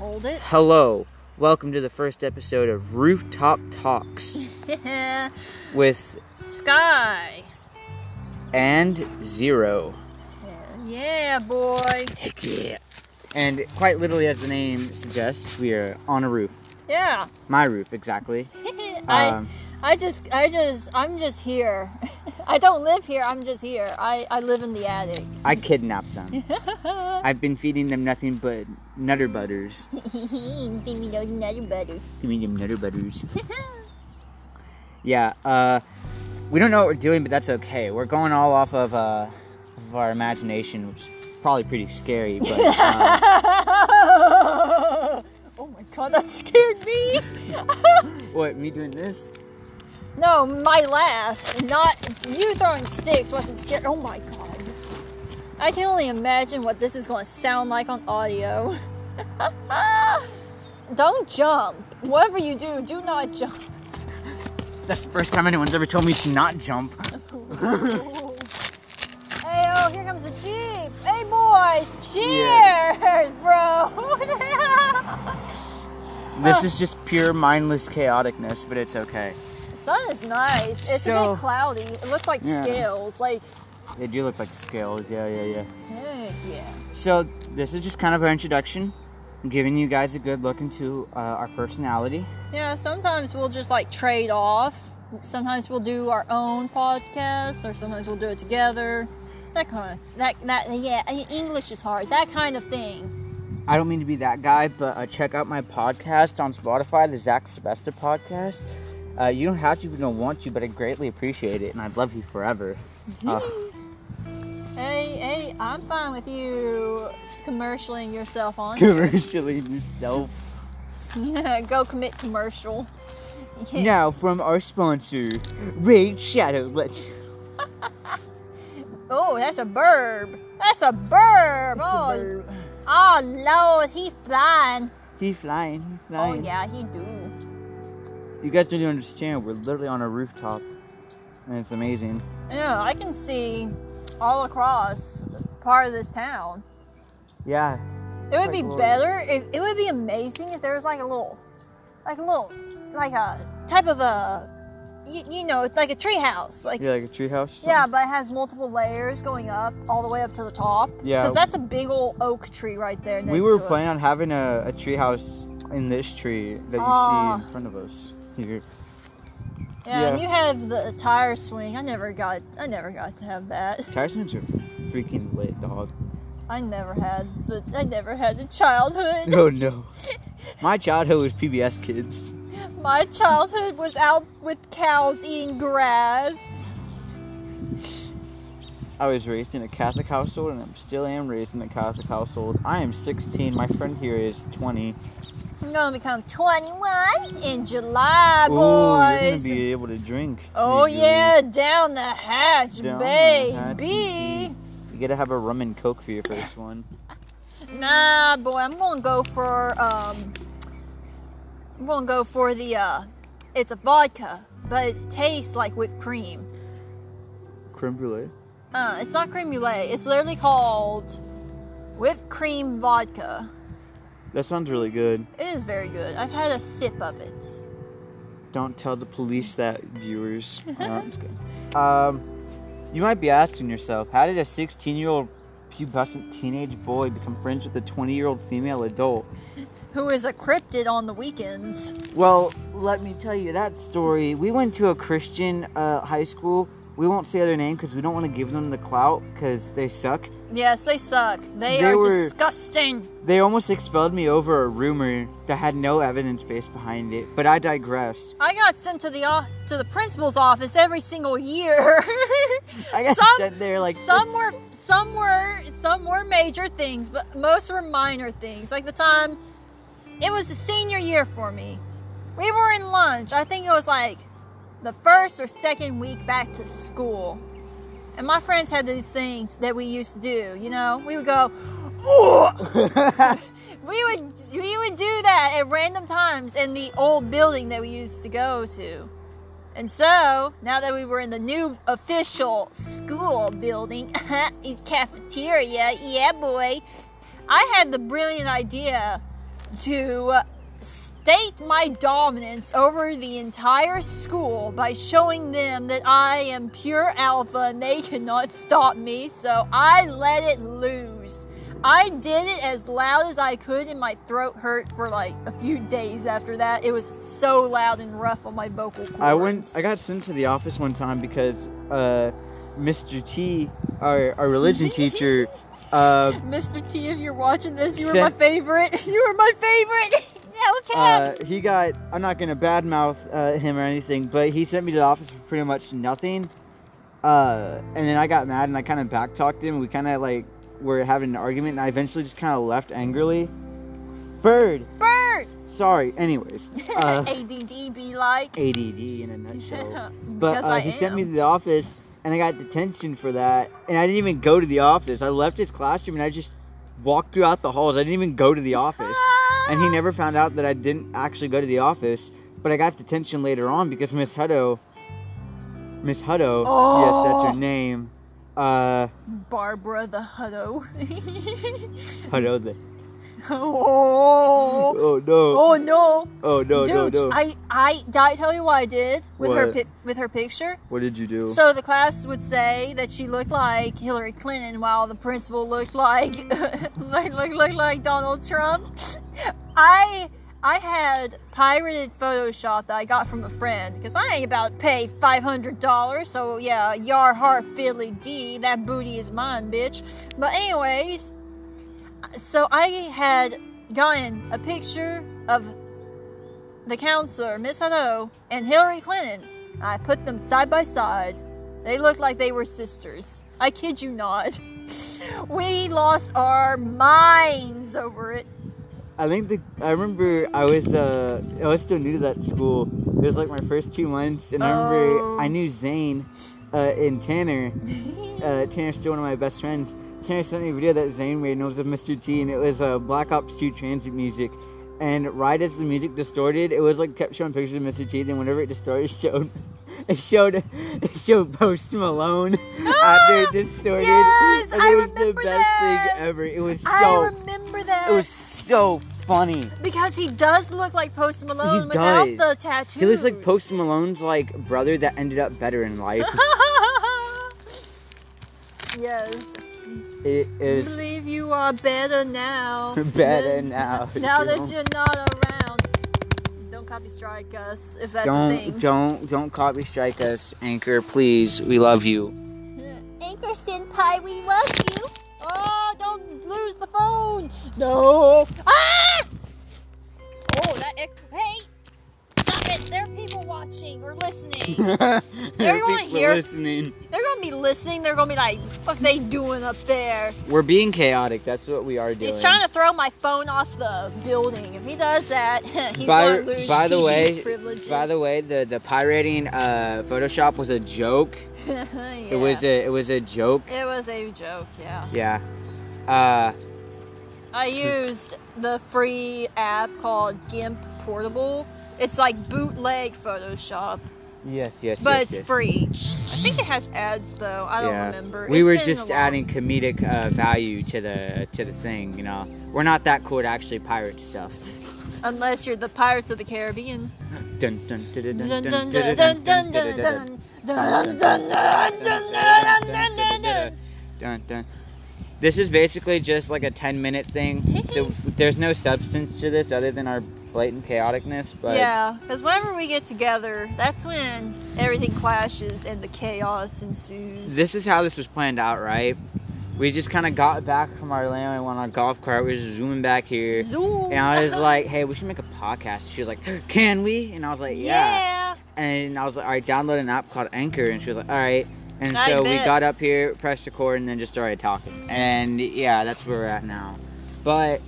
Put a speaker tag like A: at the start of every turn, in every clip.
A: nailed it.
B: Hello. Welcome to the first episode of Rooftop Talks with
A: Sky.
B: and Zero.
A: Yeah, boy.
B: Heck yeah. And quite literally, as the name suggests, we are on a roof.
A: Yeah.
B: My roof, exactly.
A: I I just I just I'm just here. I don't live here. I'm just here. I I live in the attic.
B: I kidnapped them. I've been feeding them nothing but Nutter Butters.
A: Give me those nutter butters.
B: Give me them Nutter Butters. Yeah, uh, we don't know what we're doing, but that's okay. We're going all off of, uh, of our imagination, which is probably pretty scary, but uh,
A: oh my god, that scared me.
B: what, me doing this?
A: no, my laugh, not you throwing sticks wasn't scared. Oh my god. I can only imagine what this is going to sound like on audio. don't jump. Whatever you do, do not jump.
B: That's the first time anyone's ever told me to not jump.
A: hey, oh, here comes a Jeep. Hey, boys, cheers, bro.
B: This is just pure mindless chaoticness, but it's okay.
A: Sun is nice. It's a
B: So-
A: bit cloudy. It looks like
B: Yeah.
A: scales. Like,
B: They do look like scales, yeah, yeah, yeah.
A: heck yeah.
B: So, this is just kind of our introduction. I'm giving you guys a good look into uh, our personality.
A: Yeah, sometimes we'll just like trade off. Sometimes we'll do our own podcast, or sometimes we'll do it together. That kind of that that yeah. English is hard. That kind of thing.
B: I don't mean to be that guy, but uh, check out my podcast on Spotify, the Zach Sebesta podcast. Uh, you don't have to if you don't want to, but I greatly appreciate it, and I'd love you forever. Uh,
A: Hey, hey, I'm fine with you commercialing yourself on.
B: commercially yourself.
A: Yeah, go commit commercial.
B: Now, from our sponsor, Raid Shadow Legends.
A: Oh, that's a burb. That's a burb. Oh, oh Lord, he flying.
B: He flying, he
A: Oh
B: flying.
A: yeah, he do.
B: You guys don't even understand. We're literally on a rooftop, and it's amazing.
A: Yeah, I can see all across part of this town.
B: Yeah,
A: It would
B: Like
A: be
B: little-
A: better if it would be amazing if there was like a little, like a little, like a type of a, you, you know, it's like a treehouse, like.
B: yeah, like a treehouse. or
A: Yeah, but it has multiple layers going up all the way up to the top.
B: Yeah.
A: because that's a big old oak tree right there. Next
B: something. We were
A: to us.
B: planning on having a, a treehouse in this tree that you
A: Ah.
B: see in front of us here.
A: Yeah, and
B: Yeah.
A: you have the tire swing. I never got I never got to have that.
B: Tyson's a freaking lit dog.
A: I never had the I never had a childhood.
B: Oh no. My childhood was PBS Kids.
A: My childhood was out with cows eating grass.
B: I was raised in a Catholic household and I still am raised in a Catholic household. I am 16. My friend here is 20.
A: I'm gonna become 21 in July,
B: Oh, you're gonna
A: boys.
B: be able to drink.
A: oh
B: legally.
A: yeah, down the hatch,
B: Down the hatch,
A: baby.
B: You gotta have a rum and coke for your first one.
A: Nah, boy, I'm gonna go for um, I'm gonna go for the uh, it's a vodka, but it tastes like whipped cream.
B: Creme brulee.
A: Uh, it's not creme brulee. It's literally called whipped cream vodka.
B: That sounds really good.
A: It is very good. I've had a sip of it.
B: Don't tell the police that, viewers. No, I'm just kidding. Um, you might be asking yourself, how did a 16-year-old pubescent teenage boy become friends with a 20-year-old female adult?
A: Who is a cryptid on the weekends?
B: Well, let me tell you that story. We went to a Christian uh, high school. We won't say their name because we don't want to give them the clout because they suck.
A: Yes, they suck. They,
B: They
A: are
B: were-
A: disgusting.
B: They almost expelled me over a rumor that had no evidence base behind it, but I digress.
A: I got sent to the o- to the principal's office every single year.
B: I got
A: some,
B: sent there like
A: some were some were some were major things, but most were minor things. Like the time it was the senior year for me. We were in lunch. I think it was like the first or second week back to school. And my friends had these things that we used to do, you know? We would go, "Ooh!" we would we would do that at random times in the old building that we used to go to. And so, now that we were in the new official school building, it's cafeteria, yeah boy, I had the brilliant idea to state my dominance over the entire school by showing them that I am pure alpha and they cannot stop me, so I let it loose. I did it as loud as I could, and my throat hurt for like a few days after that. It was so loud and rough on my vocal cords.
B: I went. I got sent to the office one time because uh, Mr. T, our, our religion teacher, uh,
A: Mr. T, if you're watching this, you were my
B: Sent-
A: favorite. You were my favorite. okay.
B: uh, he got. I'm not gonna badmouth uh, him or anything, but he sent me to the office for pretty much nothing. Uh, and then I got mad and I kind of backtalked him. We kind of like were having an argument, and I eventually just kind of left angrily. Bird,
A: Bird.
B: sorry. Anyways, uh,
A: ADD be like.
B: ADD in a nutshell. But
A: Because
B: uh,
A: I
B: he sent me
A: am.
B: to the office, and I got detention for that. And I didn't even go to the office. I left his classroom, and I just walked throughout the halls. I didn't even go to the office.
A: ah,
B: and he never found out that I didn't actually go to the office. But I got detention later on because Miss Hutto, Miss Hutto, yes, that's
A: Oh.
B: her name. Uh,
A: Barbara the Hutto.
B: Hutto the.
A: oh.
B: Oh no!
A: Oh no.
B: Oh no!
A: Dude,
B: no! No!
A: I I did I tell you what I did with her
B: What?
A: pic with her picture.
B: what did you do?
A: So the class would say that she looked like Hillary Clinton, while the principal looked like like looked, looked like Donald Trump. I I had pirated Photoshop that I got from a friend because I ain't about to pay five hundred dollars. So yeah, yar har fiddly d, that booty is mine, bitch. But anyways, so I had gotten a picture of the counselor, Miss Hutto, and Hillary Clinton. I put them side by side. They looked like they were sisters. I kid you not. We lost our minds over it.
B: I think the I remember I was uh I was still new to that school. It was like my first two months, and I remember
A: Oh.
B: I knew Zane uh, and Tanner. Uh, Tanner's still one of my best friends. Tanner sent me a video that Zane made, and it was of Mr. T, and it was uh, Black Ops 2 transit music. And right as the music distorted, it was like kept showing pictures of Mr. T. Then whenever it distorted, it showed it showed it showed Post Malone after it distorted.
A: Yes,
B: and it
A: I
B: was the
A: remember
B: best
A: that.
B: thing ever. It was so
A: I remember that
B: it was so funny.
A: because he does look like Post Malone
B: He
A: without
B: does.
A: the tattoos.
B: He looks like Post Malone's like brother that ended up better in life.
A: yes.
B: it is
A: Believe you are better now.
B: better now.
A: Now
B: you
A: that
B: know?
A: you're not around, don't copy strike us if that's a thing.
B: don't don't don't copy strike us, Anchor. Please, we love you.
A: Anchor Senpai, we love you. Oh, don't lose the phone. No. Ah! Oh, that ex- Hey! Stop it. There are people watching or listening. Everyone
B: People
A: here-
B: listening.
A: They're going to be listening. They're going to be like, fuck they doing up there?
B: We're being chaotic. That's what we are doing.
A: He's trying to throw my phone off the building. If he does that, he's
B: by,
A: going to lose
B: by the
A: his
B: way,
A: privileges.
B: by the way, the the pirating uh, Photoshop was a joke.
A: Yeah.
B: It was a it was a joke.
A: It was a joke, yeah.
B: Yeah. Uh,
A: I used the free app called GIMP Portable. It's like bootleg Photoshop,
B: yes, yes,
A: but
B: yes,
A: it's
B: yes.
A: free. I think it has ads though. I don't
B: Yeah.
A: remember.
B: We
A: It's
B: were
A: been a
B: just
A: long-
B: adding comedic uh, value to the to the thing, you know. We're not that cool to actually pirate stuff.
A: Unless you're the Pirates of the Caribbean.
B: Dun dun dun
A: Dun
B: dun
A: dun
B: dun
A: dun
B: dun
A: dun dun dun
B: dun dun
A: dun dun dun dun
B: dun
A: dun dun dun dun dun.
B: dun dun. This is basically just like a 10 minute thing. The- There's no substance to this other than our blatant chaoticness, but
A: Yeah, because whenever we get together, that's when everything clashes and the chaos ensues.
B: this is how this was planned out, right? We just kind of got back from our land and went on a golf cart. We were just zooming back here.
A: Zoom.
B: And I was like, hey, we should make a podcast. She was like, can we? And I was like, yeah.
A: yeah.
B: And I was like, all right, download an app called Anchor. And she was like, all right. And
A: I
B: so we
A: bet.
B: got up here, pressed record, and then just started talking. And yeah, that's where we're at now. But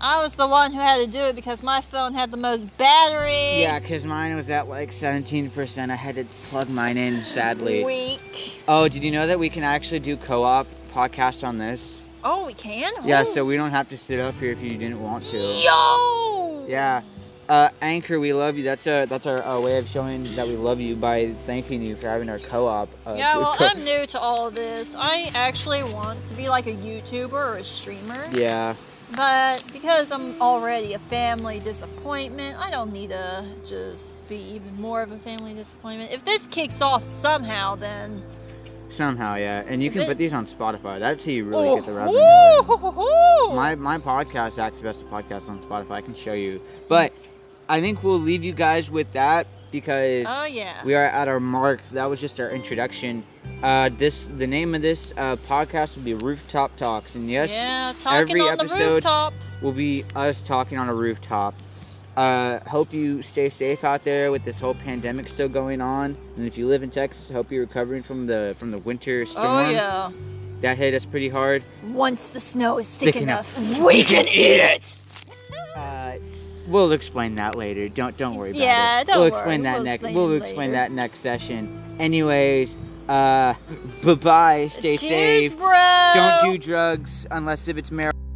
A: I was the one who had to do it because my phone had the most battery.
B: yeah, because mine was at like 17%. I had to plug mine in, sadly.
A: Weak.
B: Oh, did you know that we can actually do co op podcast on this?
A: Oh, we can.
B: Yeah,
A: Ooh.
B: so we don't have to sit up here if you didn't want to.
A: Yo.
B: Yeah. Uh, Anchor, we love you. That's a that's our, uh way of showing that we love you by thanking you for having our co-op. Uh,
A: Yeah, well,
B: co-
A: I'm new to all this. I actually want to be like a YouTuber or a streamer.
B: Yeah,
A: But because I'm already a family disappointment, I don't need to just be even more of a family disappointment. If this kicks off somehow, then
B: Somehow, yeah. And you can
A: But-
B: put these on Spotify. That's how you really get the revenue.
A: Oh. Ooh-hoo-hoo-hoo.
B: My my podcast, Acts Best Podcast on Spotify, I can show you. But I think we'll leave you guys with that because
A: oh yeah.
B: we are at our mark. That was just our introduction. Uh, this the name of this uh, podcast will be Rooftop Talks, and yes,
A: yeah, talking
B: every
A: on the
B: episode-
A: rooftop.
B: will be us talking on a rooftop. Uh, hope you stay safe out there with this whole pandemic still going on. And if you live in Texas, hope you're recovering from the from the winter storm
A: Oh yeah.
B: that hit us pretty hard.
A: Once the snow is thick,
B: Thick
A: enough,
B: enough.
A: we can eat it.
B: Uh, we'll explain that later. Don't don't worry about
A: Yeah,
B: it.
A: don't
B: We'll
A: worry.
B: explain that
A: We'll
B: next.
A: explain
B: we'll
A: it later.
B: explain that next session. Anyways, uh, bye bye. Stay
A: Cheers,
B: safe.
A: bro.
B: Don't do drugs unless if it's marijuana.